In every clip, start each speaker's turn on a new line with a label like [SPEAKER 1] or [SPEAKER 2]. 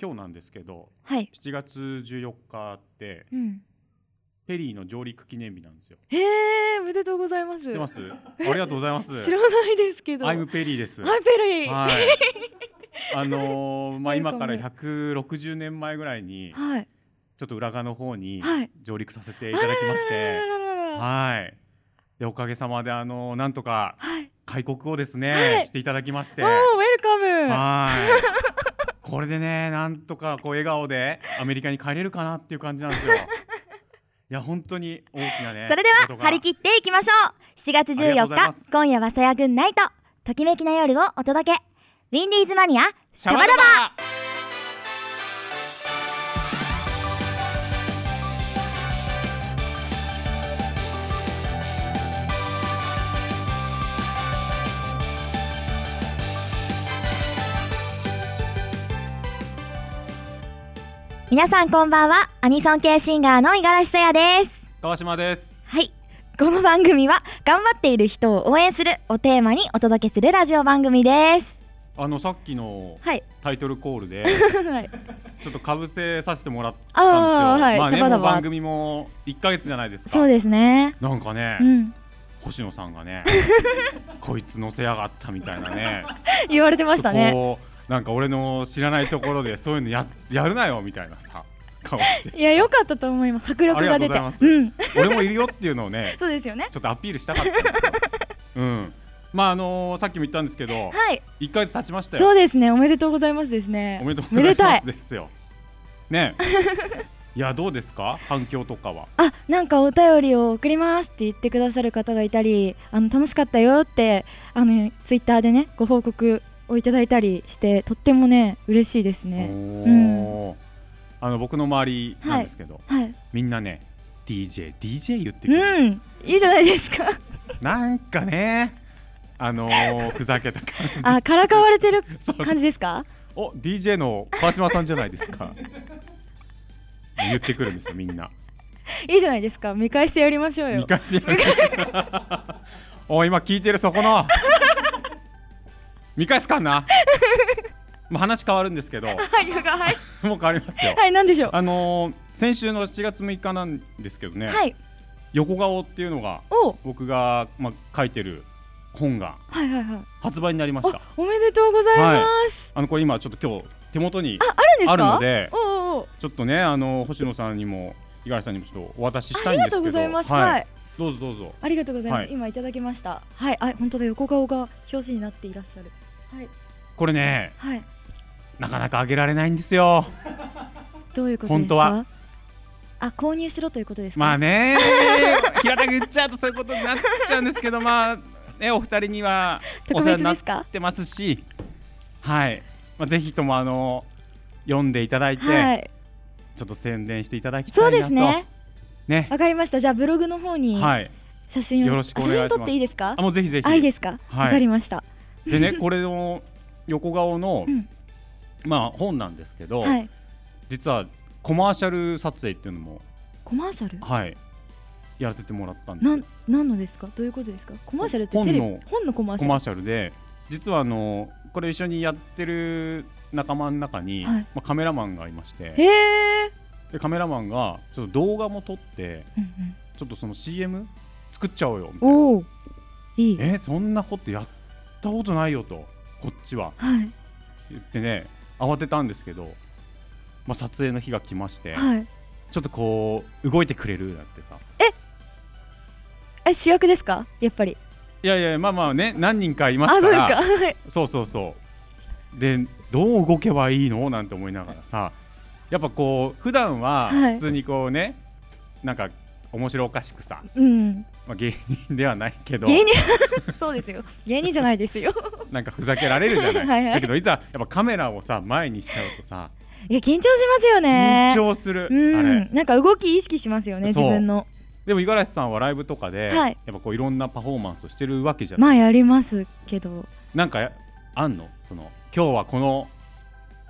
[SPEAKER 1] 今日なんですけど
[SPEAKER 2] はい。
[SPEAKER 1] 7月14日って
[SPEAKER 2] うん。
[SPEAKER 1] ペリーの上陸記念日なんですよ
[SPEAKER 2] へえ、おめでとうございます。
[SPEAKER 1] 知ってますありがとうございます
[SPEAKER 2] 知らないですけど。
[SPEAKER 1] アイムペリーです
[SPEAKER 2] マイペリー。
[SPEAKER 1] はいあのーまあ
[SPEAKER 2] なん
[SPEAKER 1] 今
[SPEAKER 2] かもう
[SPEAKER 1] から160年前ぐらいに
[SPEAKER 2] はい。
[SPEAKER 1] ちょっと浦賀の方に
[SPEAKER 2] はい
[SPEAKER 1] 上陸させていただきまし
[SPEAKER 2] あら
[SPEAKER 1] て
[SPEAKER 2] ららららら
[SPEAKER 1] はいでおかげさまであのーなんとか
[SPEAKER 2] はい。
[SPEAKER 1] 開国をです
[SPEAKER 2] は
[SPEAKER 1] ね
[SPEAKER 2] い
[SPEAKER 1] していただきまして
[SPEAKER 2] おー、ウェルカム。
[SPEAKER 1] はい。これでね、なんとかこう笑顔でアメリカに帰れるかなっていう感じなんですよ。いや、本当に大きなね。
[SPEAKER 3] それでは張り切っていきましょう7月
[SPEAKER 1] ありが
[SPEAKER 3] 14
[SPEAKER 1] とうございま
[SPEAKER 3] 日
[SPEAKER 1] す
[SPEAKER 3] 今夜はさやぐんナイトときめきな夜をお届けウィンディーズマニアシャバダバ
[SPEAKER 1] バ
[SPEAKER 3] 皆さんこんばんはアニソン系シンガーの五十嵐さやです
[SPEAKER 1] 川島です。
[SPEAKER 3] はいこの番組は頑張っている人を応援するをテーマにお届けするラジオ番組です
[SPEAKER 1] あのさっきの
[SPEAKER 3] はい
[SPEAKER 1] タイトルコールで、
[SPEAKER 3] はい
[SPEAKER 1] ちょっとかぶせさせてもらったんですよ。
[SPEAKER 3] あーはい
[SPEAKER 1] まあ
[SPEAKER 3] シ
[SPEAKER 1] ね、
[SPEAKER 3] ャバ
[SPEAKER 1] も
[SPEAKER 3] ダバ
[SPEAKER 1] う番組も一ヶ月じゃないですか。
[SPEAKER 3] そうですね
[SPEAKER 1] なんかね、
[SPEAKER 3] うん
[SPEAKER 1] 星野さん がね、こいつ乗せやがったみたいなね。
[SPEAKER 2] 言われてましたね。
[SPEAKER 1] こうなんか俺の知らないところでそういうのややるなよみたいなさ顔して。
[SPEAKER 2] いや、良かったと思います。迫力が出て。
[SPEAKER 1] ありがとうござい
[SPEAKER 2] うん。
[SPEAKER 1] 俺もいるよっていうのをね、
[SPEAKER 3] そうですよね
[SPEAKER 1] ちょっとアピールしたかったんですよ。うん。まああのーさっきも言ったんですけど、
[SPEAKER 3] はい
[SPEAKER 1] 一ヶ月経ちました
[SPEAKER 2] そ
[SPEAKER 1] よ。
[SPEAKER 2] うですね。おめでとうございますですね。
[SPEAKER 1] おめでとうございま
[SPEAKER 2] た
[SPEAKER 1] すですよ。ね。いやどうですか反響とかは。
[SPEAKER 2] あなんかお便りを送りますって言ってくださる方がいたりあの楽しかったよってあのツイッターでねご報告をいただいたりしてとってもね嬉しいです
[SPEAKER 1] お
[SPEAKER 2] ね。
[SPEAKER 1] おー。あの僕の周りなんですけど、
[SPEAKER 2] はい、
[SPEAKER 1] みんなね DJ DJ 言ってくる。
[SPEAKER 2] うんいいじゃないで すか
[SPEAKER 1] なんかね。あのーふざけた感じ
[SPEAKER 2] あからかわれてる
[SPEAKER 1] そうそう
[SPEAKER 2] 感じですか
[SPEAKER 1] お DJ の川島さんじゃないですか言ってくるんですよみんない
[SPEAKER 2] いじゃないですか見返してやりましょう
[SPEAKER 1] 見
[SPEAKER 2] よ
[SPEAKER 1] 返してやる おい今聞いてるそこ の見返すかんなまあ話変わるんです けど
[SPEAKER 2] はいはい
[SPEAKER 1] もう変わりますよ
[SPEAKER 2] はい何でしょう
[SPEAKER 1] あのー先週の7月6日なんですけどね、
[SPEAKER 2] はい
[SPEAKER 1] 横顔っていうのが
[SPEAKER 2] お
[SPEAKER 1] 僕が、まあ、書いてる本が
[SPEAKER 2] はいはいはい
[SPEAKER 1] 発売になりました
[SPEAKER 2] あおめでとうございます、
[SPEAKER 1] あのこれ今ちょっと今日手元に
[SPEAKER 2] あるんですか
[SPEAKER 1] あるので
[SPEAKER 2] おうおうおう
[SPEAKER 1] ちょっとねあの星野さんにも五十嵐さんにもちょっとお渡しし
[SPEAKER 2] あ
[SPEAKER 1] たい
[SPEAKER 2] り
[SPEAKER 1] んです
[SPEAKER 2] が
[SPEAKER 1] け
[SPEAKER 2] と
[SPEAKER 1] ど
[SPEAKER 2] うございます
[SPEAKER 1] はい
[SPEAKER 2] はい
[SPEAKER 1] どうぞどうぞ
[SPEAKER 2] ありがとうございます、
[SPEAKER 1] はい
[SPEAKER 2] 今いただきましたはいあ本当だ横顔が表紙になっていらっしゃるはい
[SPEAKER 1] これね
[SPEAKER 2] はい
[SPEAKER 1] なかなかあげられないんですよ
[SPEAKER 2] どういうことですか
[SPEAKER 1] 本当は
[SPEAKER 2] あ購入しろということですか
[SPEAKER 1] まあね平たく言っちゃうとそういうことになっちゃうんですけどまあねお二人にはお
[SPEAKER 2] 特
[SPEAKER 1] 世話
[SPEAKER 2] 別
[SPEAKER 1] にな
[SPEAKER 2] で
[SPEAKER 1] っ
[SPEAKER 2] すか
[SPEAKER 1] てますしはい、まあ、ぜひともあの読んでいただいて、
[SPEAKER 2] はい
[SPEAKER 1] ちょっと宣伝していただきたい
[SPEAKER 2] そ
[SPEAKER 1] な
[SPEAKER 2] う
[SPEAKER 1] と
[SPEAKER 2] ですね
[SPEAKER 1] ね
[SPEAKER 2] わかりましたじゃあブログの方に
[SPEAKER 1] はい
[SPEAKER 2] 写真を、
[SPEAKER 1] よろしくお願いします
[SPEAKER 2] あ写真撮っていいですか
[SPEAKER 1] あもうぜひぜひ
[SPEAKER 2] あいいですかわ、
[SPEAKER 1] はい
[SPEAKER 2] かりました
[SPEAKER 1] でねこれの横顔の、
[SPEAKER 2] うん
[SPEAKER 1] まあ本なんですけど、
[SPEAKER 2] はい
[SPEAKER 1] 実はコマーシャル撮影っていうのも
[SPEAKER 2] コマーシャル
[SPEAKER 1] はいやらせてもらったんですよ
[SPEAKER 2] なん何のですかどういうことですかコマーシャルってテレビ
[SPEAKER 1] 本の
[SPEAKER 2] 本のコマーシ
[SPEAKER 1] コ
[SPEAKER 2] ャ
[SPEAKER 1] マ
[SPEAKER 2] ル
[SPEAKER 1] ーシャルで実はあのこれ一緒にやってる仲間の中に、
[SPEAKER 2] はい
[SPEAKER 1] まあ、カメラマンがいまして
[SPEAKER 2] へえ、
[SPEAKER 1] でカメラマンがちょっと動画も撮って
[SPEAKER 2] うん
[SPEAKER 1] ちょっとその CM 作っちゃおうよみた
[SPEAKER 2] う
[SPEAKER 1] いな
[SPEAKER 2] んおおいい
[SPEAKER 1] えそんなことやったことないよとこっちは
[SPEAKER 2] はい
[SPEAKER 1] 言ってね慌てたんですけど、まあ、撮影の日が来まして、
[SPEAKER 2] はい
[SPEAKER 1] ちょっとこう動いてくれるなんてさ
[SPEAKER 2] え主役ですかやっぱり
[SPEAKER 1] いやいやまあまあね何人かいま
[SPEAKER 2] あ
[SPEAKER 1] すか
[SPEAKER 2] そうです
[SPEAKER 1] ら
[SPEAKER 2] かはい
[SPEAKER 1] そうそうそうでどう動けばいいのなんて思いながらさやっぱこう普段は
[SPEAKER 2] はい
[SPEAKER 1] 普通にこうね、なんか面白おかしくさ、
[SPEAKER 2] うん
[SPEAKER 1] まあ、芸人ではないけど
[SPEAKER 2] 芸人 そうですよ芸人じゃないで すよ
[SPEAKER 1] なんかふざけられるじゃない
[SPEAKER 2] はいはい
[SPEAKER 1] だけどいざやっぱカメラをさ前にしちゃうとさ
[SPEAKER 2] いや緊張しますよね
[SPEAKER 1] 緊張する、あ
[SPEAKER 2] う
[SPEAKER 1] れ
[SPEAKER 2] んなんか動き意識しますよね自
[SPEAKER 1] そう
[SPEAKER 2] 分の
[SPEAKER 1] でも五十嵐さんはライブとかで、
[SPEAKER 2] はい
[SPEAKER 1] やっぱこういろんなパフォーマンスをしてるわけじゃない、
[SPEAKER 2] まあやりますけど
[SPEAKER 1] なんかあんのその今日はこの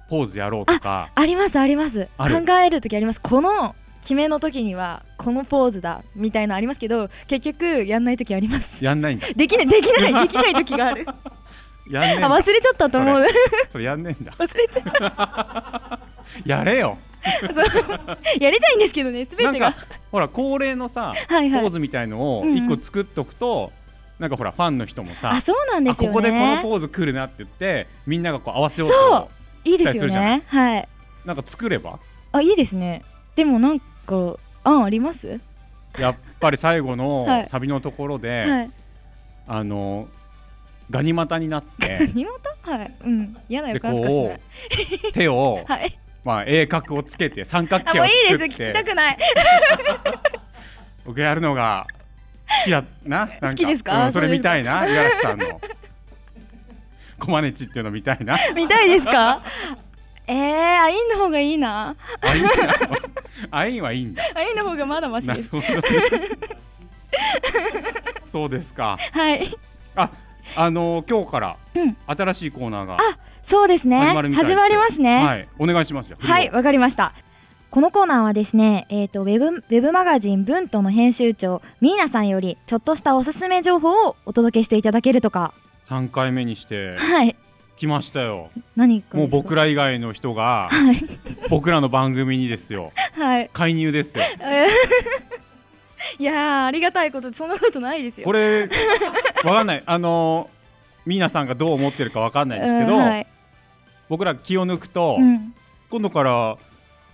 [SPEAKER 1] ポーズやろうとか
[SPEAKER 2] ありますあります
[SPEAKER 1] ある
[SPEAKER 2] 考える時ありますこの決めの時にはこのポーズだみたいなのありますけど結局やんない時あります
[SPEAKER 1] やんないんだ
[SPEAKER 2] できないできないできない時がある
[SPEAKER 1] やんねえん
[SPEAKER 2] あ
[SPEAKER 1] だ
[SPEAKER 2] 忘れちゃったと思う
[SPEAKER 1] それやんねえんだ
[SPEAKER 2] 忘れちゃう
[SPEAKER 1] やれよ
[SPEAKER 4] やりたいんですけどね、すべ
[SPEAKER 1] なん
[SPEAKER 4] てが
[SPEAKER 1] か。ほら恒例のさ
[SPEAKER 4] はい
[SPEAKER 1] ポ
[SPEAKER 4] は
[SPEAKER 1] ー
[SPEAKER 4] い。
[SPEAKER 1] ズみたいのを
[SPEAKER 4] うんうん
[SPEAKER 1] 一個作っとくと、なんかほらファンの人もさ
[SPEAKER 4] あ、そうなんで
[SPEAKER 1] あ
[SPEAKER 4] すよ
[SPEAKER 1] ここでこの
[SPEAKER 4] ね。
[SPEAKER 1] ポーズ来るなって言ってみんながこう合わせよう
[SPEAKER 4] そう
[SPEAKER 1] と
[SPEAKER 4] いいですよ
[SPEAKER 1] 期待するじゃな
[SPEAKER 4] ね。はい。
[SPEAKER 1] なんか作れば
[SPEAKER 4] あ、いいですね。でもなんか案あります？
[SPEAKER 1] やっぱり最後
[SPEAKER 4] は
[SPEAKER 1] の
[SPEAKER 4] い
[SPEAKER 1] サビのところで、
[SPEAKER 4] はい。
[SPEAKER 1] あのガニ股になって
[SPEAKER 4] 荷物？ はい。うん。嫌な
[SPEAKER 1] で
[SPEAKER 4] 予
[SPEAKER 1] こ
[SPEAKER 4] 感しかしないう
[SPEAKER 1] 手を、
[SPEAKER 4] はい。
[SPEAKER 1] まあ、鋭角をつけて三角
[SPEAKER 4] あ、
[SPEAKER 1] 形
[SPEAKER 4] もう
[SPEAKER 1] を
[SPEAKER 4] いい
[SPEAKER 1] 作
[SPEAKER 4] で
[SPEAKER 1] っ
[SPEAKER 4] す。聞きた
[SPEAKER 1] て
[SPEAKER 4] くない。
[SPEAKER 1] 僕やるのが好きだななん
[SPEAKER 4] 好きですか
[SPEAKER 1] うんそれ
[SPEAKER 4] そうで
[SPEAKER 1] 見
[SPEAKER 4] すか
[SPEAKER 1] たいな五十嵐さん のコマネチっていうの見たいな
[SPEAKER 4] 見たいですか？ ええー、アインの方がいいな。
[SPEAKER 1] あ いいんだあいいはいいんだ
[SPEAKER 4] アインの方がまだマシ
[SPEAKER 1] な
[SPEAKER 4] で
[SPEAKER 1] る
[SPEAKER 4] す。
[SPEAKER 1] ほど そうですか
[SPEAKER 4] はい。
[SPEAKER 1] ああの今日から
[SPEAKER 4] うん
[SPEAKER 1] 新しいコーナーが
[SPEAKER 2] そうですね
[SPEAKER 1] 始まるみたいですよ
[SPEAKER 2] 始まりますね
[SPEAKER 1] はいお願いしますじゃあ
[SPEAKER 2] はい、わかりました。このコーナーはですね、えー、とウェブウェブマガジン「ブントの編集長ミーナさんよりちょっとしたおすすめ情報をお届けしていただけるとか、
[SPEAKER 1] 三回目 にして
[SPEAKER 2] はい、
[SPEAKER 1] 来ましたよ
[SPEAKER 2] 何か
[SPEAKER 1] もう僕ら以外の人が
[SPEAKER 2] はい、
[SPEAKER 1] 僕らの番組にですよ
[SPEAKER 4] はい。
[SPEAKER 1] 介入ですよ
[SPEAKER 4] えー いやーありがたいことでそんなことないですよ。
[SPEAKER 1] これわかんないあのミーナさんがどう思ってるかわかんないですけど、
[SPEAKER 4] うんはい
[SPEAKER 1] 僕ら気を抜くと、
[SPEAKER 2] うん、
[SPEAKER 1] 今度から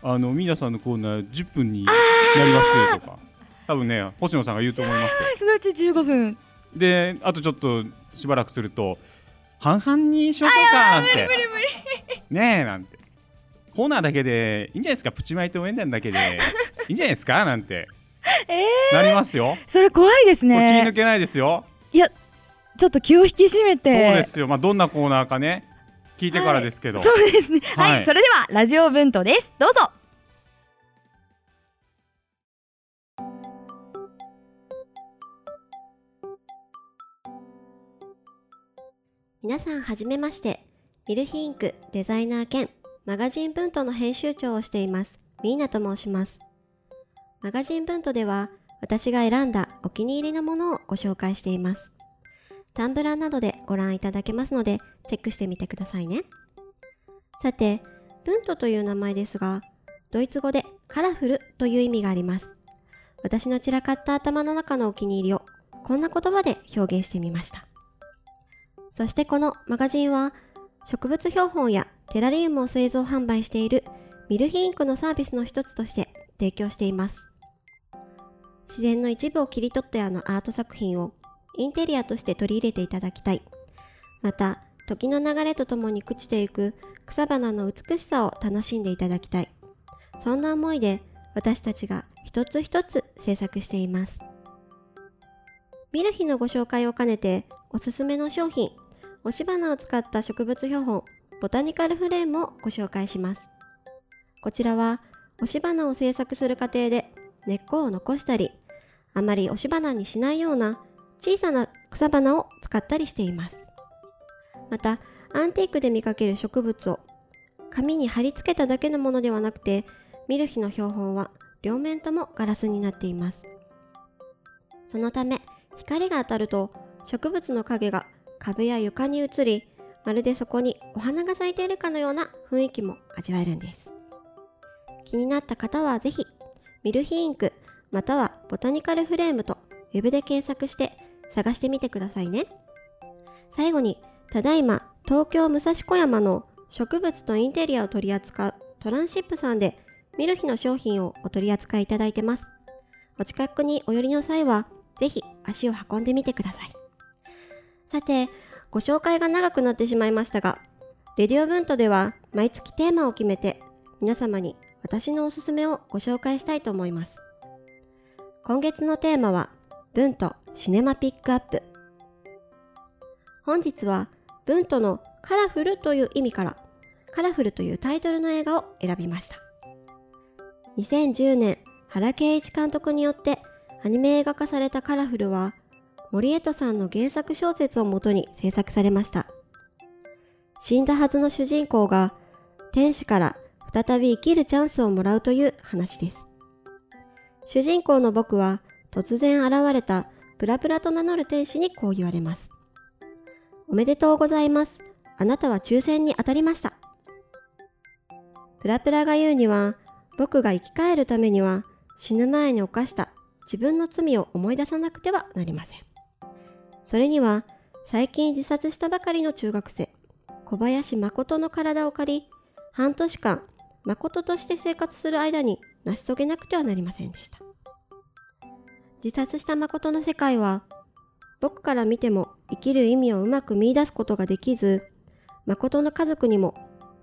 [SPEAKER 1] あのミーナさんのコーナー10分になりますとか多分ね星野さんが言うと思いますよ
[SPEAKER 4] そのうち15分。
[SPEAKER 1] であとちょっとしばらくすると半々にしましょうかなんてねえなんてコーナーだけでいいんじゃないですかプチマイと応援団だけ でいいんじゃないですかなんて、なりますよ、
[SPEAKER 4] それ怖いです
[SPEAKER 1] これ気
[SPEAKER 4] ね
[SPEAKER 1] 抜。けないですよ、
[SPEAKER 4] ちょっと気を引き締めて。
[SPEAKER 1] そうですよまあどんなコーナーかね聞いてからですけど、
[SPEAKER 4] そうですね。
[SPEAKER 2] はい
[SPEAKER 1] はい
[SPEAKER 2] それではラジオブントですどうぞ
[SPEAKER 5] 皆さんはじめましてミルヒインクデザイナー兼マガジンブントの編集長をしていますミーナと申しますマガジンブントでは私が選んだお気に入りのものをご紹介していますタンブラーなどでご覧いただけますのでチェックしてみてくださいねさてブントという名前ですがドイツ語でカラフルという意味があります私の散らかった頭の中のお気に入りをこんな言葉で表現してみましたそしてこのマガジンは植物標本やテラリウムを製造販売しているミルヒインクのサービスの一つとして提供しています自然の一部を切り取ったようなアート作品をインテリアとして取り入れていただきたいまた時の流れとともに朽ちていく草花の美しさを楽しんでいただきたいそんな思いで私たちが一つ一つ制作していますミルヒのご紹介を兼ねておすすめの商品押し花を使った植物標本ボタニカルフレームをご紹介しますこちらは押し花を制作する過程で根っこを残したりあまり押し花にしないような小さな草花を使ったりしていますまたアンティークで見かける植物を紙に貼り付けただけのものではなくてミルヒの標本は両面ともガラスになっていますそのため光が当たると植物の影が壁や床に移りまるでそこにお花が咲いているかのような雰囲気も味わえるんです気になった方はぜひミルヒインクまたはボタニカルフレームとウェブで検索して探してみてくださいね最後にただいま東京武蔵小山の植物とインテリアを取り扱うトランシップさんでミルヒの商品をお取り扱いいただいてますお近くにお寄りの際はぜひ足を運んでみてくださいさて、ご紹介が長くなってしまいましたが、レディオブントでは毎月テーマを決めて、皆様に私のおすすめをご紹介したいと思います。今月のテーマは、ブントシネマピックアップ。本日は、ブントのカラフルという意味から、カラフルというタイトルの映画を選びました。2010年、原敬一監督によってアニメ映画化されたカラフルは、森江戸さんの原作小説をもとに制作されました死んだはずの主人公が天使から再び生きるチャンスをもらうという話です主人公の僕は突然現れたプラプラと名乗る天使にこう言われますおめでとうございますあなたは抽選に当たりましたプラプラが言うには、僕が生き返るためには、死ぬ前に犯した自分の罪を思い出さなくてはなりません。それには、最近自殺したばかりの中学生、小林誠の体を借り、半年間、誠として生活する間に成し遂げなくてはなりませんでした。自殺した誠の世界は、僕から見ても生きる意味をうまく見出すことができず、誠の家族にも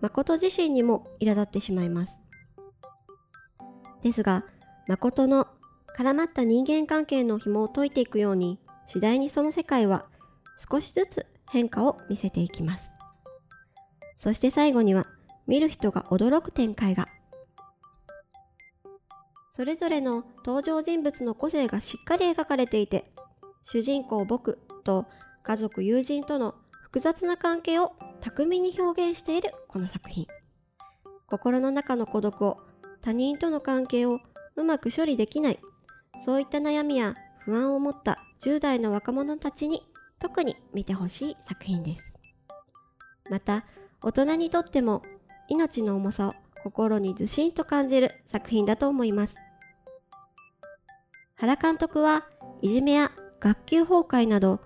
[SPEAKER 5] 誠自身にも苛立ってしまいます。ですが、誠の絡まった人間関係の紐を解いていくように、次第にその世界は少しずつ変化を見せていきます。そして最後には、見る人が驚く展開が。それぞれの登場人物の個性がしっかり描かれていて、主人公僕と家族友人との複雑な関係を巧みに表現しているこの作品心の中の孤独を他人との関係をうまく処理できないそういった悩みや不安を持った10代の若者たちに特に見てほしい作品ですまた大人にとっても命の重さを心にずしんと感じる作品だと思います原監督はいじめや学級崩壊など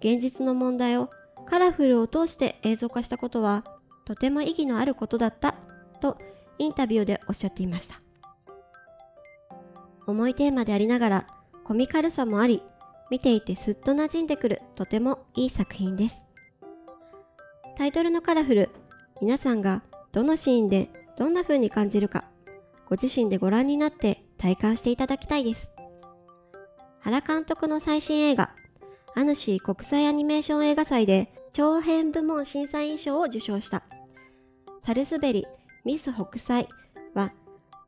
[SPEAKER 5] 現実の問題をカラフルを通して映像化したことはとても意義のあることだったとインタビューでおっしゃっていました重いテーマでありながらコミカルさもあり見ていてすっと馴染んでくるとてもいい作品ですタイトルのカラフル皆さんがどのシーンでどんな風に感じるかご自身でご覧になって体感していただきたいです原監督の最新映画、アヌシー国際アニメーション映画祭で長編部門審査員賞を受賞した。サルスベリ、ミス北斎は、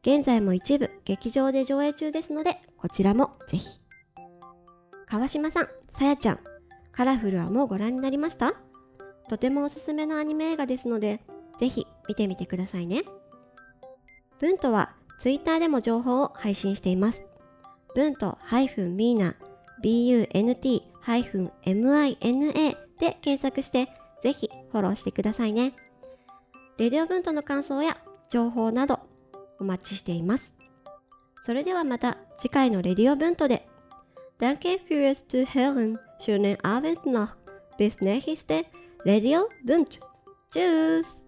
[SPEAKER 5] 現在も一部劇場で上映中ですので、こちらもぜひ。川島さん、さやちゃん、カラフルはもうご覧になりましたとてもおすすめのアニメ映画ですので、ぜひ見てみてくださいね。文とは Twitter でも情報を配信しています。文と -mina bunt-mina で検索して、ぜひフォローしてくださいね。レディオ文との感想や情報などお待ちしています。それではまた次回のレディオ文とで。Danke fürs Zuhören. Schönen Abend noch. Bis nächste Radio Bund. Tschüss.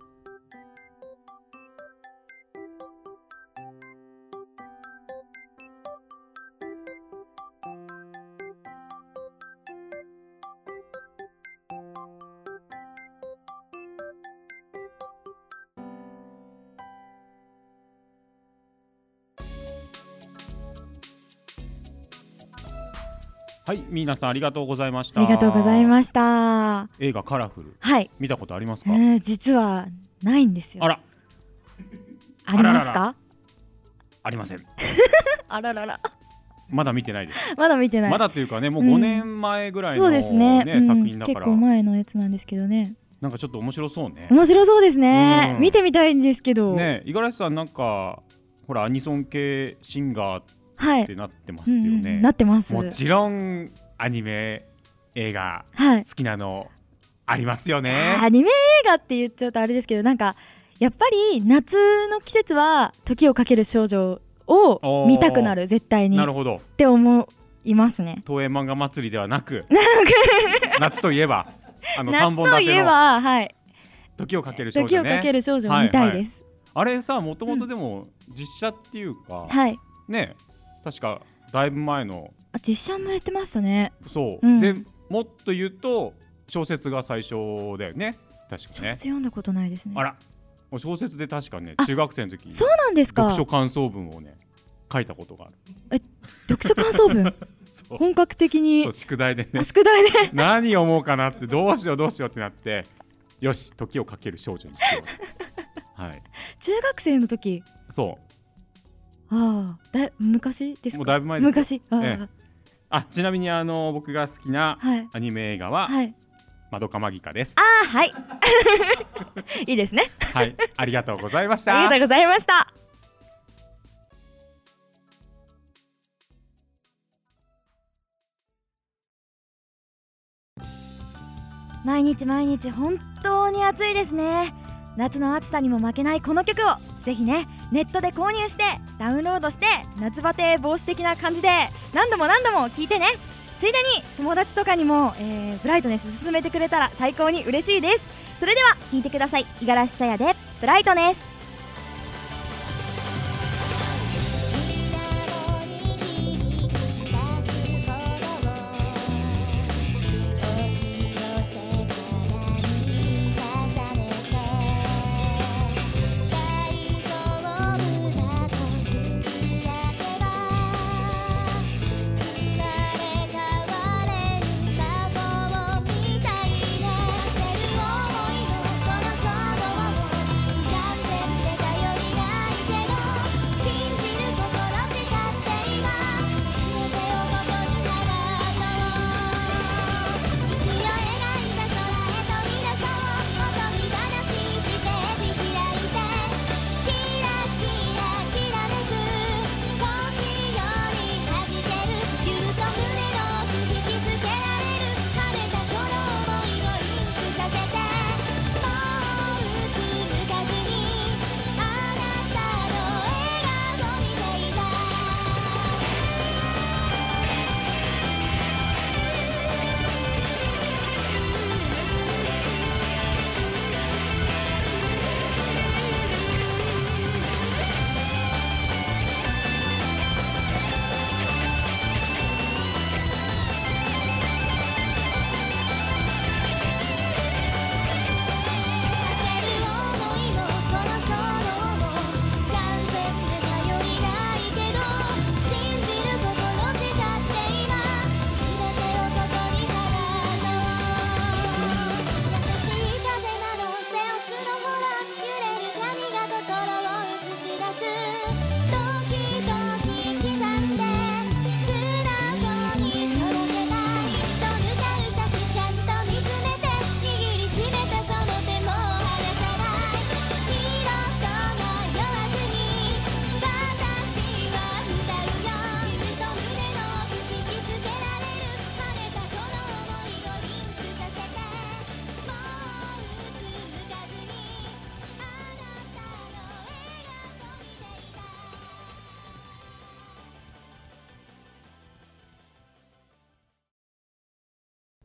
[SPEAKER 1] 「はい皆さんありがとうございました」
[SPEAKER 4] ありがとうございました。
[SPEAKER 1] 映画「カラフル
[SPEAKER 4] はい、」
[SPEAKER 1] 見たことあります
[SPEAKER 4] え
[SPEAKER 1] か、
[SPEAKER 4] ー実はないんですよ。
[SPEAKER 1] あら
[SPEAKER 4] あります
[SPEAKER 1] あらら
[SPEAKER 4] か？
[SPEAKER 1] ありません
[SPEAKER 4] あららら。
[SPEAKER 1] まだ見てないです
[SPEAKER 4] まだ見てない。
[SPEAKER 1] まだというかねもう
[SPEAKER 4] うん
[SPEAKER 1] 5年前ぐらい
[SPEAKER 4] そ
[SPEAKER 1] の、
[SPEAKER 4] う
[SPEAKER 1] ね
[SPEAKER 4] ですねうん
[SPEAKER 1] 作品だか
[SPEAKER 4] 結
[SPEAKER 1] ら
[SPEAKER 4] 構前のやつなんですけどね。
[SPEAKER 1] なんかちょっと面白そうね
[SPEAKER 4] 面白そうですね。
[SPEAKER 1] うん
[SPEAKER 4] 見てみたいんですけど。
[SPEAKER 1] ね五十嵐さんなんかほらアニソン系シンガーっ
[SPEAKER 4] はい。
[SPEAKER 1] てなってます
[SPEAKER 4] う
[SPEAKER 1] よ
[SPEAKER 4] ん
[SPEAKER 1] ね、
[SPEAKER 4] うんなってます。
[SPEAKER 1] もちろんアニメ映画
[SPEAKER 4] はい。
[SPEAKER 1] 好きなのありますよ
[SPEAKER 4] あー
[SPEAKER 1] ね
[SPEAKER 4] アニメ映画って言っちゃうとあれですけどなんかやっぱり夏の季節は「時をかける少女」を見たくなる絶対に
[SPEAKER 1] な
[SPEAKER 4] っ
[SPEAKER 1] るほど
[SPEAKER 4] て思いますね。
[SPEAKER 1] 東映漫画祭りでは なく夏といえばあの
[SPEAKER 4] 夏
[SPEAKER 1] 三本立
[SPEAKER 4] といえ
[SPEAKER 1] ての
[SPEAKER 4] ば、はい、
[SPEAKER 1] 時をかける少
[SPEAKER 4] 時
[SPEAKER 1] 女
[SPEAKER 4] をかけ
[SPEAKER 1] ね
[SPEAKER 4] る少女を見たいです。
[SPEAKER 1] あれさもともとでも実写っていうか、
[SPEAKER 4] はい、
[SPEAKER 1] ね確かだいぶ前の
[SPEAKER 4] あ実写もやってましたね。
[SPEAKER 1] そう、
[SPEAKER 4] うん
[SPEAKER 1] でもっと言うと小説が最初だよね確
[SPEAKER 4] 小
[SPEAKER 1] かね
[SPEAKER 4] 説読んだことないですね。
[SPEAKER 1] あらもう小説で確かね
[SPEAKER 4] あ
[SPEAKER 1] 中学生の時に
[SPEAKER 4] そうなんですか。
[SPEAKER 1] 読書
[SPEAKER 4] 読
[SPEAKER 1] 感想文をね書いたことがある
[SPEAKER 4] 書感想文
[SPEAKER 1] そう
[SPEAKER 4] 本格的に
[SPEAKER 1] そう宿題でね
[SPEAKER 4] あ宿題で
[SPEAKER 1] 何読もうかなってどうしようどうしようってなってよし時をかける少女にしよ うはい
[SPEAKER 4] 中学生の時
[SPEAKER 1] そ
[SPEAKER 4] ああだい昔で
[SPEAKER 1] う
[SPEAKER 4] す
[SPEAKER 1] もう
[SPEAKER 4] か。
[SPEAKER 1] だいぶ前ですよ
[SPEAKER 4] 昔ああ、
[SPEAKER 1] えあちなみにあの僕が好きな
[SPEAKER 4] はい
[SPEAKER 1] アニメ映画は
[SPEAKER 4] はい
[SPEAKER 1] 「まどかマギカ」です
[SPEAKER 4] ああはい いいですね。
[SPEAKER 1] はいありがとうございまし
[SPEAKER 4] ありがと
[SPEAKER 1] た
[SPEAKER 4] うございました。
[SPEAKER 2] 毎日毎日本当に暑いですね夏の暑さにも負けないこの曲を
[SPEAKER 6] ぜひねネットで購入してダウンロードして夏バテ防止的な感じで何度も何度も聞いてねついでに友達とかにも、えーブライトネス勧めてくれたら最高に嬉しいですそれでは聞いてください五十嵐さやでブライトネス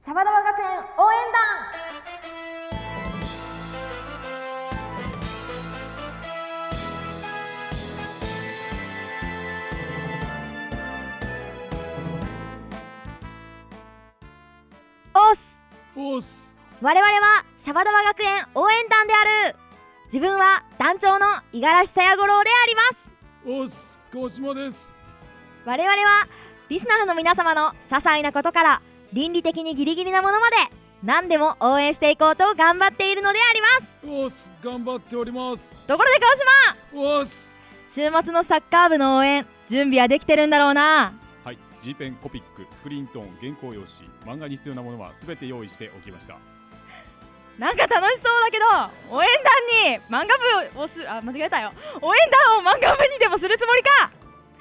[SPEAKER 6] シャバダバ学園応援団おっす
[SPEAKER 1] おっす
[SPEAKER 6] 我々はシャバダバ学園応援団である自分は団長の五十嵐さや五郎であります
[SPEAKER 1] おっす小島です
[SPEAKER 6] 我々はリスナーの皆様の些細なことから倫理的にギリギリなものまで何でも応援していこうと頑張っているのであります
[SPEAKER 1] おっす頑張っております
[SPEAKER 6] ところで川
[SPEAKER 1] おっす
[SPEAKER 6] 島週末のサッカー部の応援準備はできてるんだろうな
[SPEAKER 1] はい G ペンコピックスクリーントーン原稿用紙漫画に必要なものはすべて用意しておきました
[SPEAKER 6] なんか楽しそうだけど応援団に漫画部をするあ間違えたよ応援団を漫画部にでもするつもりか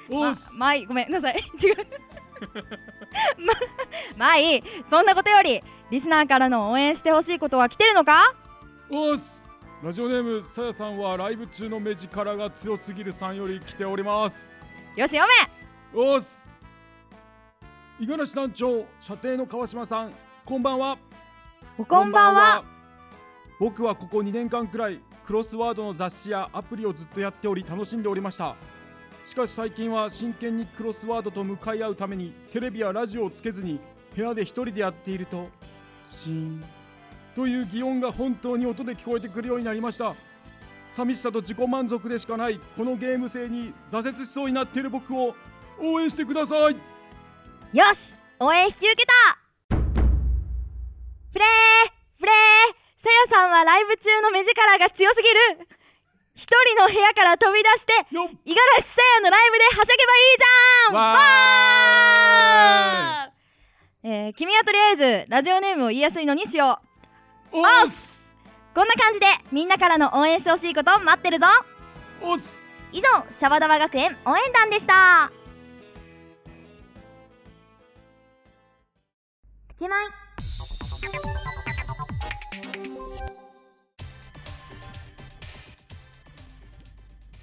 [SPEAKER 1] おっす、
[SPEAKER 6] ま、まいごめんなさい 違うままあいいそんなことよりリスナーからの応援してほしいことは来てるのか
[SPEAKER 1] おっすラジオネームさやさんはライブ中の目力が強すぎるさんより来ております
[SPEAKER 6] よし読め
[SPEAKER 1] おっす五十嵐団長射程の川島さんこんばんは
[SPEAKER 6] おこんばんは
[SPEAKER 1] 僕はここ2年間くらいクロスワードの雑誌やアプリをずっとやっており楽しんでおりましたしかし最近は真剣にクロスワードと向かい合うためにテレビやラジオをつけずに部屋で一人でやっているとシーンという擬音が本当に音で聞こえてくるようになりました寂しさと自己満足でしかないこのゲーム性に挫折しそうになっている僕を応援してください
[SPEAKER 6] よし応援引き受けたフレーフレーさやさんはライブ中の目力が強すぎる一人の部屋から飛び出して
[SPEAKER 1] よっ
[SPEAKER 6] 五十嵐さやのライブではしゃげばいいじゃん
[SPEAKER 1] わ
[SPEAKER 6] わーえー君はとりあえずラジオネームを言いやすいのにしよう
[SPEAKER 1] お
[SPEAKER 6] おっすこんな感じでみんなからの応援してほしいこと待ってるぞ
[SPEAKER 1] おっす
[SPEAKER 6] 以上シャバダバ学園応援団でしたプチマイ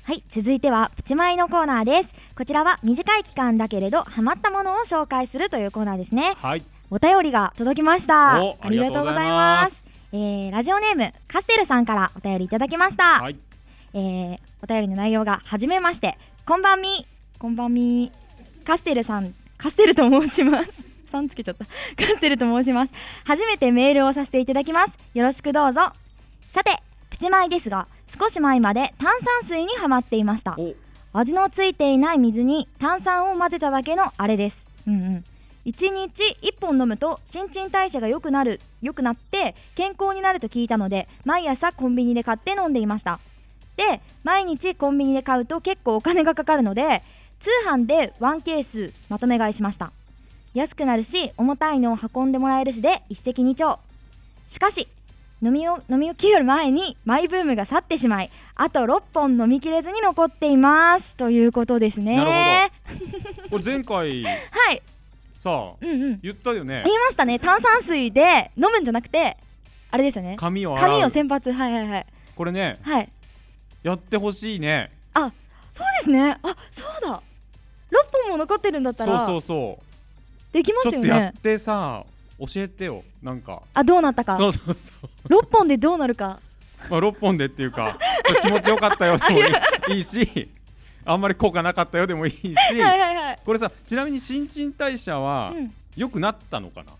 [SPEAKER 2] はい続いてはプチマイのコーナーですこちらは短い期間だけれどハマったものを紹介するというコーナーですね
[SPEAKER 1] はい
[SPEAKER 2] お便りが届きました
[SPEAKER 1] お
[SPEAKER 2] ありがとうございます
[SPEAKER 1] す
[SPEAKER 2] えーラジオネームカステルさんからお便りいただきました、
[SPEAKER 1] はい
[SPEAKER 2] えーお便りの内容がはじめましてこんばんみこんばんみカステルさんカステルと申します さんつけちゃったカステルと申します初めてメールをさせていただきますよろしくどうぞさてプチマイですが少し前まで炭酸水にはまっていました
[SPEAKER 1] お
[SPEAKER 2] 味のついていない水に炭酸を混ぜただけのあれです。うんうん。1日1本飲むと新陳代謝が良くなる良くなって健康になると聞いたので毎朝コンビニで買って飲んでいましたで毎日コンビニで買うと結構お金がかかるので通販でワンケースまとめ買いしました安くなるし重たいのを運んでもらえるしで一石二鳥しかし飲みを飲み切る前にマイブームが去ってしまいあと6本飲みきれずに残っていますということですね
[SPEAKER 1] なるこれ前回
[SPEAKER 2] はい
[SPEAKER 1] さあ
[SPEAKER 2] うんうん
[SPEAKER 1] 言ったよね
[SPEAKER 2] 言いましたね炭酸水で飲むんじゃなくてあれですよね
[SPEAKER 1] 髪を
[SPEAKER 2] 髪
[SPEAKER 1] 洗
[SPEAKER 2] を
[SPEAKER 1] う
[SPEAKER 2] 洗髪はいはいはい
[SPEAKER 1] これね
[SPEAKER 2] はい
[SPEAKER 1] やってほしいね
[SPEAKER 2] そうですねあそうだ6本も残ってるんだった
[SPEAKER 1] そうそ
[SPEAKER 2] ら
[SPEAKER 1] うそ
[SPEAKER 2] できま
[SPEAKER 1] う
[SPEAKER 2] す
[SPEAKER 1] ちょ
[SPEAKER 2] よ
[SPEAKER 1] っとや
[SPEAKER 2] ね
[SPEAKER 1] ってさ教えてよなんか
[SPEAKER 2] あどうなったか
[SPEAKER 1] そうそうそう
[SPEAKER 2] 6本でどうなるか
[SPEAKER 1] まあ、6本でっていうか気持ちよかったよでもいいいいしあんまり効果なかったよでもいいし、
[SPEAKER 2] はいはいはい
[SPEAKER 1] これさちなみに新陳代謝は
[SPEAKER 2] うん
[SPEAKER 1] 良くなったのかな、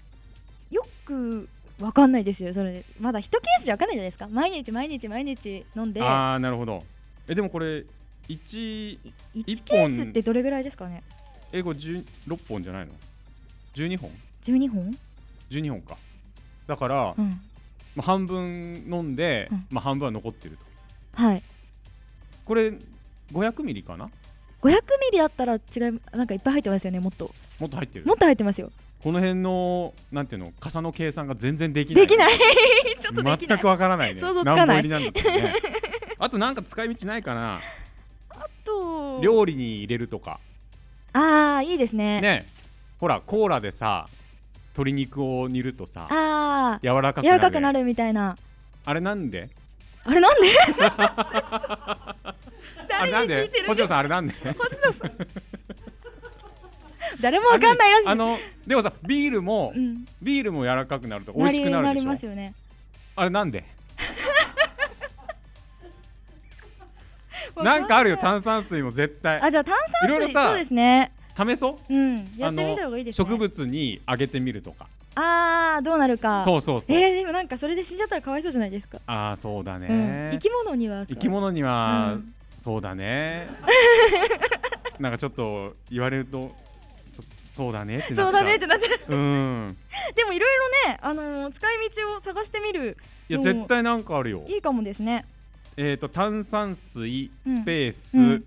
[SPEAKER 2] よくわかんないですよそれまだ一ケースじゃわかんないじゃないですか毎日毎日毎日飲んで
[SPEAKER 1] ああなるほどえでもこれ1
[SPEAKER 2] 1
[SPEAKER 1] 一
[SPEAKER 2] ケ
[SPEAKER 1] 本
[SPEAKER 2] ースってどれぐらいですかね
[SPEAKER 1] えこれ10 6本じゃないの12本
[SPEAKER 2] 12本、
[SPEAKER 1] 12本かだから、
[SPEAKER 2] うん、
[SPEAKER 1] まあ、半分飲んで、
[SPEAKER 2] うん
[SPEAKER 1] まあ、半分は残ってると
[SPEAKER 2] はい
[SPEAKER 1] これ500ミリかな
[SPEAKER 2] 500ミリだったら違いなんかいっぱい入ってますよねもっと
[SPEAKER 1] もっと入ってる
[SPEAKER 2] もっと入ってますよ
[SPEAKER 1] この辺のなんていうの傘の計算が全然できない
[SPEAKER 2] でき ないちょっとできな
[SPEAKER 1] 全
[SPEAKER 2] い
[SPEAKER 1] くわからないね。
[SPEAKER 2] 想像つかない
[SPEAKER 1] 何本入りなんだったか ね。あとなんか使い道ないかな。
[SPEAKER 2] と
[SPEAKER 1] 料理に入れるとか。
[SPEAKER 2] ああいいですね
[SPEAKER 1] ね。ほらコーラでさ、鶏肉を煮るとさ、
[SPEAKER 2] ああ
[SPEAKER 1] 柔らかく
[SPEAKER 2] 柔
[SPEAKER 1] なる。
[SPEAKER 2] らかくな。るみたいな
[SPEAKER 1] あれなんで？
[SPEAKER 2] あれなんで
[SPEAKER 1] あれ
[SPEAKER 2] 誰
[SPEAKER 1] なん
[SPEAKER 2] に聞
[SPEAKER 1] で
[SPEAKER 2] いて？る
[SPEAKER 1] 星野さんあれなんで？
[SPEAKER 2] 星野さん誰もわかんないらしい
[SPEAKER 1] あのでもさ、ビールも
[SPEAKER 2] うん、
[SPEAKER 1] ビールも柔らかくなるとか美味しくな
[SPEAKER 2] な
[SPEAKER 1] る
[SPEAKER 2] りま
[SPEAKER 1] ですしょ。
[SPEAKER 2] よね
[SPEAKER 1] あれなんで？なんかあるよ炭酸水も絶対
[SPEAKER 2] あじゃあ炭酸水
[SPEAKER 1] いろいろさ
[SPEAKER 2] そうですね
[SPEAKER 1] 試そ
[SPEAKER 2] うん
[SPEAKER 1] う。
[SPEAKER 2] やってみた方がいいですね
[SPEAKER 1] あの植物にあげてみるとか。
[SPEAKER 2] ああどうなるか
[SPEAKER 1] そうそうそう。
[SPEAKER 2] えー、でもなんかそれで死んじゃったらかわいそうじゃないですか、
[SPEAKER 1] ああそうだね。
[SPEAKER 2] うん、生き物には
[SPEAKER 1] 生き物には、
[SPEAKER 2] うん
[SPEAKER 1] そうだね なんかちょっと言われるとちょそうだねってなっちゃ
[SPEAKER 2] そうだねってなっちゃう
[SPEAKER 1] うん
[SPEAKER 2] でもいろいろね、あのー使い道を探してみる
[SPEAKER 1] いや
[SPEAKER 2] でも
[SPEAKER 1] 絶対なんかあるよ
[SPEAKER 2] いいかもですね
[SPEAKER 1] えっ、と炭酸水
[SPEAKER 2] うん
[SPEAKER 1] スペース、
[SPEAKER 2] うん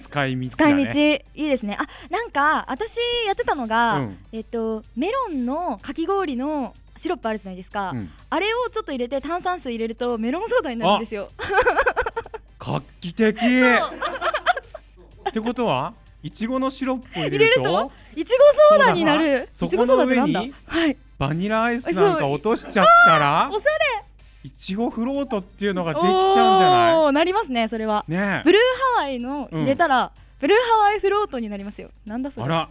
[SPEAKER 1] 使い道
[SPEAKER 2] 使
[SPEAKER 1] だ
[SPEAKER 2] い
[SPEAKER 1] ね
[SPEAKER 2] 道、いいですねあなんか私やってたのが、
[SPEAKER 1] うん
[SPEAKER 2] えっとメロンのかき氷のシロップあるじゃないですか、
[SPEAKER 1] うん、
[SPEAKER 2] あれをちょっと入れて炭酸水入れるとメロンソーダになるんですよ
[SPEAKER 1] 画期的ってこと はいちごのシロップを入れると
[SPEAKER 2] 入れるいちごソーダになる
[SPEAKER 1] そ
[SPEAKER 2] いうち
[SPEAKER 1] だな
[SPEAKER 2] ごソーダってなんだ
[SPEAKER 1] そこの上に
[SPEAKER 2] はい
[SPEAKER 1] バニラアイスなんか落としちゃったら
[SPEAKER 2] おしゃ
[SPEAKER 1] いちごフロートっていうのが
[SPEAKER 2] れ
[SPEAKER 1] できちゃうんじゃ
[SPEAKER 2] おーなりますねそれは
[SPEAKER 1] ないねえ
[SPEAKER 2] ブルーハワイの入れたら、ブルーハワイフロートになりますよなんだそれ
[SPEAKER 1] あら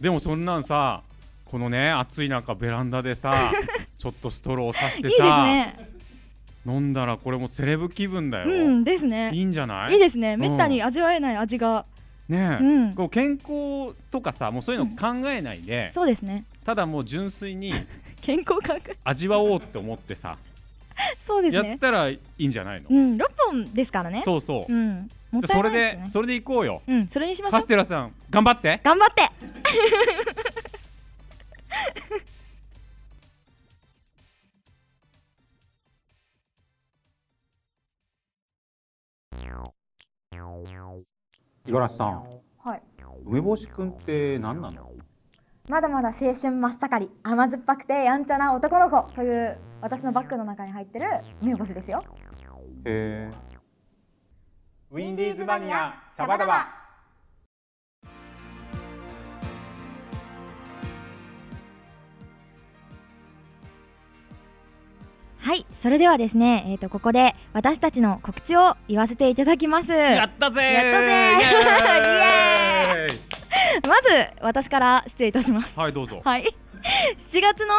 [SPEAKER 1] でもそんなんさこのね暑い中ベランダで さちょっとストローをさし
[SPEAKER 2] いい
[SPEAKER 1] て
[SPEAKER 2] です
[SPEAKER 1] さ
[SPEAKER 2] ね
[SPEAKER 1] 飲んだらこれもセレブ気分だよ、
[SPEAKER 2] うんですね
[SPEAKER 1] いいんじゃない
[SPEAKER 2] いいですね、
[SPEAKER 1] うん
[SPEAKER 2] めったに味わえない味が、
[SPEAKER 1] ねえ、
[SPEAKER 2] うん
[SPEAKER 1] こう健康とかさもうそういうの考えないで、
[SPEAKER 2] そうですね、
[SPEAKER 1] ただもう純粋に
[SPEAKER 2] 健康感覚、
[SPEAKER 1] 味わおうって思ってさ、
[SPEAKER 2] そうです
[SPEAKER 1] やっ
[SPEAKER 2] ね、
[SPEAKER 1] たらいいんじゃないの、
[SPEAKER 2] うん、6本ですからね、
[SPEAKER 1] そうそう、
[SPEAKER 2] うん、もっ
[SPEAKER 1] じゃあ
[SPEAKER 2] たい
[SPEAKER 1] そ
[SPEAKER 2] な
[SPEAKER 1] れ
[SPEAKER 2] い
[SPEAKER 1] で
[SPEAKER 2] ですよね、
[SPEAKER 1] それでいこうよ
[SPEAKER 2] うん、それにしましょ
[SPEAKER 1] カ
[SPEAKER 2] う
[SPEAKER 1] ス、テラさん頑張って
[SPEAKER 2] 頑張って、
[SPEAKER 1] 五十嵐さん
[SPEAKER 2] はい、
[SPEAKER 1] 梅干しくんって何なの
[SPEAKER 2] まだまだ青春真っ盛り、甘酸っぱくてやんちゃな男の子という、私のバッグの中に入ってる梅干しですよ。
[SPEAKER 1] へえウ
[SPEAKER 2] ィンディーズマニアシャバダバはいそれではですねえっ、とここで私たちの告知を言わせていただきます
[SPEAKER 1] やったぜー
[SPEAKER 2] やった
[SPEAKER 1] イ
[SPEAKER 2] ぜ
[SPEAKER 1] エーイ
[SPEAKER 2] まず私から失礼いたします
[SPEAKER 1] はいどうぞ
[SPEAKER 2] はい、7月の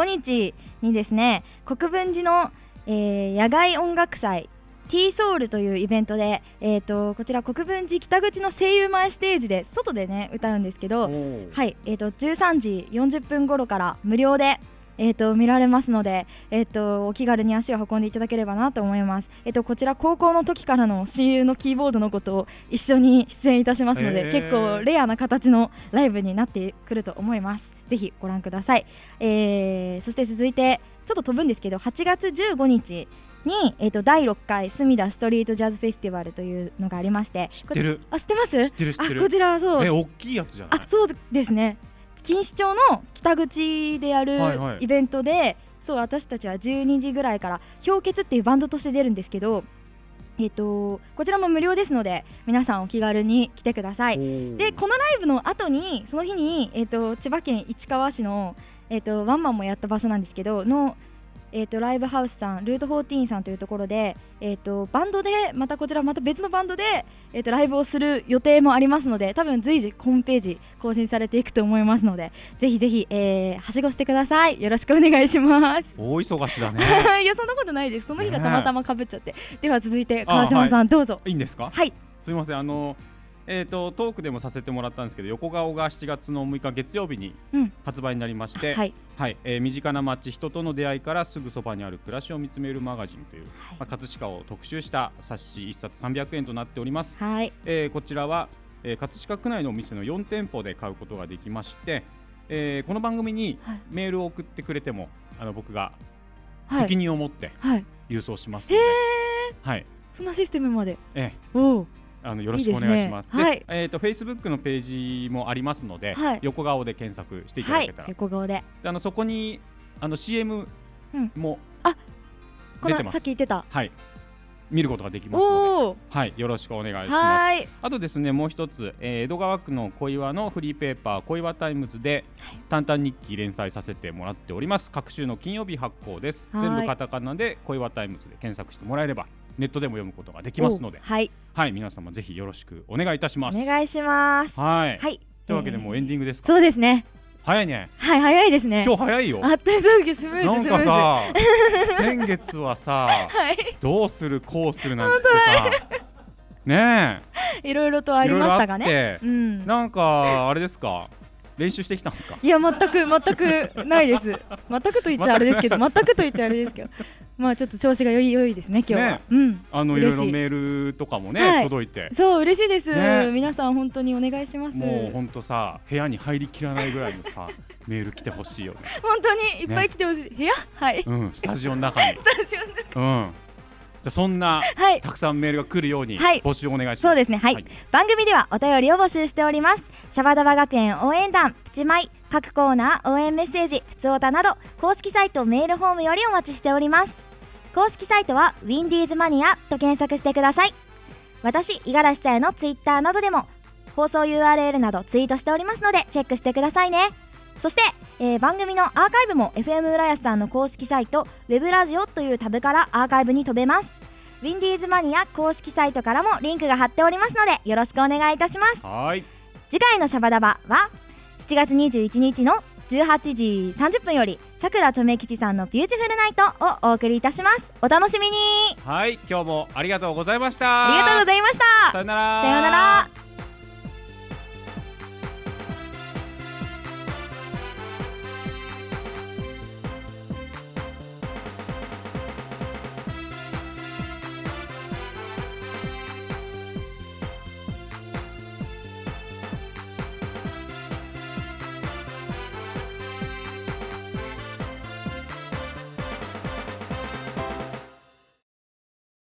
[SPEAKER 2] 25日にですね国分寺の、えー野外音楽祭 T ソウルというイベントで、えー、とこちら国分寺北口の声優前ステージで外でね歌うんですけ
[SPEAKER 1] お
[SPEAKER 2] ど、
[SPEAKER 1] ー
[SPEAKER 2] はいえー、と13時40分頃から無料で、えー、と見られますので、えー、とお気軽に足を運んでいただければなと思います、えー、とこちら高校の時からの親友のキーボードのことを一緒に出演いたしますので、
[SPEAKER 1] へー
[SPEAKER 2] 結構レアな形のライブになってくると思いますぜひご覧ください、えーそして続いてちょっと飛ぶんですけど8月15日に、えー、と第6回すみだストリートジャズフェスティバルというのがありまして知
[SPEAKER 1] 知ってる
[SPEAKER 2] あ知ってます
[SPEAKER 1] 知ってる知って
[SPEAKER 2] あこ
[SPEAKER 1] る
[SPEAKER 2] ちらそう
[SPEAKER 1] え大きいやつじゃない
[SPEAKER 2] あそうですね錦糸町の北口でやる
[SPEAKER 1] はいはい
[SPEAKER 2] イベントで、そう私たちは12時ぐらいから氷結っていうバンドとして出るんですけどえっ、とこちらも無料ですので皆さんお気軽に来てくださいでこのライブの後にその日に、えー、と千葉県市川市の、えー、とワンマンもやった場所なんですけどの、えー、とライブハウスさんルート14さんというところで、えー、とバンドでまたこちらまた別のバンドで、えー、とライブをする予定もありますので多分随時ホームページ更新されていくと思いますのでぜひぜひ、えーはしごしてくださいよろしくお願いします。
[SPEAKER 1] 大忙し だね
[SPEAKER 2] いやそんなことないですその日
[SPEAKER 1] ね
[SPEAKER 2] が
[SPEAKER 1] え
[SPEAKER 2] たまたまかぶっちゃって、では続いて
[SPEAKER 1] あは
[SPEAKER 2] 川
[SPEAKER 1] い
[SPEAKER 2] 島さん、どうぞ
[SPEAKER 1] いいんですか
[SPEAKER 2] はい
[SPEAKER 1] すみませんあのえー、とトークでもさせてもらったんですけど横顔が7月の6日月曜日に
[SPEAKER 2] うん
[SPEAKER 1] 発売になりまして、
[SPEAKER 2] はい
[SPEAKER 1] はいえー身近な街人との出会いからすぐそばにある暮らしを見つめるマガジンという、
[SPEAKER 2] はい
[SPEAKER 1] まあ、葛飾を特集した冊子1冊300円となっております、
[SPEAKER 2] はい
[SPEAKER 1] えーこちらは、えー葛飾区内のお店の4店舗で買うことができまして、えーこの番組に
[SPEAKER 2] はい
[SPEAKER 1] メールを送ってくれても、あの僕が
[SPEAKER 2] はい
[SPEAKER 1] 責任を持って
[SPEAKER 2] はい
[SPEAKER 1] 郵送しますの
[SPEAKER 2] へ
[SPEAKER 1] で、
[SPEAKER 2] え
[SPEAKER 1] はい
[SPEAKER 2] そんなシステムまで
[SPEAKER 1] え
[SPEAKER 2] おお
[SPEAKER 1] ーあのよろしくお願いします。
[SPEAKER 2] いいですねはい
[SPEAKER 1] えっ、と Facebook のページもありますので、
[SPEAKER 2] はい
[SPEAKER 1] 横顔で検索していた
[SPEAKER 2] は
[SPEAKER 1] だけ
[SPEAKER 2] い
[SPEAKER 1] たら、
[SPEAKER 2] 横顔で
[SPEAKER 1] であのそこにあの CM
[SPEAKER 2] うん
[SPEAKER 1] も、
[SPEAKER 2] こ
[SPEAKER 1] 出て
[SPEAKER 2] の
[SPEAKER 1] ます
[SPEAKER 2] さっき言ってた
[SPEAKER 1] はい見ることができますので、
[SPEAKER 2] おお
[SPEAKER 1] はいよろしくお願いします。
[SPEAKER 2] はーい
[SPEAKER 1] あとですねもう一つ、えー江戸川区の小岩のフリーペーパー小岩タイムズで、淡々日記連載させてもらっております各週の金曜日発行です
[SPEAKER 2] はーい
[SPEAKER 1] 全部カタカナで小岩タイムズで検索してもらえればネットでも読むことができますので
[SPEAKER 2] おーはい
[SPEAKER 1] はい皆様ぜひよろしくお願いいたし
[SPEAKER 2] お
[SPEAKER 1] ます
[SPEAKER 2] 願いします
[SPEAKER 1] はい、
[SPEAKER 2] はい
[SPEAKER 1] というわけでもうエンディングですか、
[SPEAKER 2] そうですね
[SPEAKER 1] 早いね
[SPEAKER 2] はい早いですね
[SPEAKER 1] 今日早いよ
[SPEAKER 2] あっという間にスムーズ
[SPEAKER 1] なん
[SPEAKER 2] スムー
[SPEAKER 1] か
[SPEAKER 2] ズは
[SPEAKER 1] さ 先月はさ
[SPEAKER 2] い
[SPEAKER 1] どうするこうするなんつってさねえ
[SPEAKER 2] いろいろとありましたが
[SPEAKER 1] いろい
[SPEAKER 2] ね
[SPEAKER 1] ろあって
[SPEAKER 2] うん
[SPEAKER 1] なんかあれですか練習してきたんですか
[SPEAKER 2] いや全く全くないです全くと言っちゃあれです けど全くと言っちゃあれですけどまあちょっと調子が良い良いですね今日は
[SPEAKER 1] ね
[SPEAKER 2] うん
[SPEAKER 1] あのいろ
[SPEAKER 2] 嬉
[SPEAKER 1] い
[SPEAKER 2] しい
[SPEAKER 1] ろメールとかもね、
[SPEAKER 2] はい
[SPEAKER 1] 届いて、
[SPEAKER 2] そう嬉しいです
[SPEAKER 1] ね
[SPEAKER 2] 皆さん本当にお願いします
[SPEAKER 1] もう
[SPEAKER 2] 本
[SPEAKER 1] 本当さ部屋に入りきらないぐらいのさメール来てほしいよね。
[SPEAKER 2] 当にいっぱい来てほしい部屋はい
[SPEAKER 1] うん、スタジオの 中に。
[SPEAKER 2] スタジオの
[SPEAKER 1] うん。じゃあそんな
[SPEAKER 2] はい
[SPEAKER 1] たくさんメールが来るように
[SPEAKER 2] はい
[SPEAKER 1] 募集お願いします。
[SPEAKER 2] そうですねはい
[SPEAKER 1] はい
[SPEAKER 2] 番組ではお便りを募集しておりますシャバダバ学園応援団プチマイ各コーナー応援メッセージふつおたなど公式サイトメールフォームよりお待ちしております公式サイトはウィンディーズマニアと検索してください私五十嵐さやのツイッターなどでも放送 URL などツイートしておりますのでチェックしてくださいねそして、えー番組のアーカイブも FM 浦安さんの公式サイトウェブラジオというタブからアーカイブに飛べますウィンディーズマニア公式サイトからもリンクが貼っておりますのでよろしくお願いいたします
[SPEAKER 1] はーい。
[SPEAKER 2] 次回のシャバダバは7月21日の18時30分よりさくらちょめ吉さんのビューティフルナイトをお送りいたしますお楽しみに
[SPEAKER 1] はい。今日もありがとうございました。
[SPEAKER 2] ありがとうご
[SPEAKER 1] い
[SPEAKER 2] ざいました
[SPEAKER 1] ました。さよなら。
[SPEAKER 2] さようなら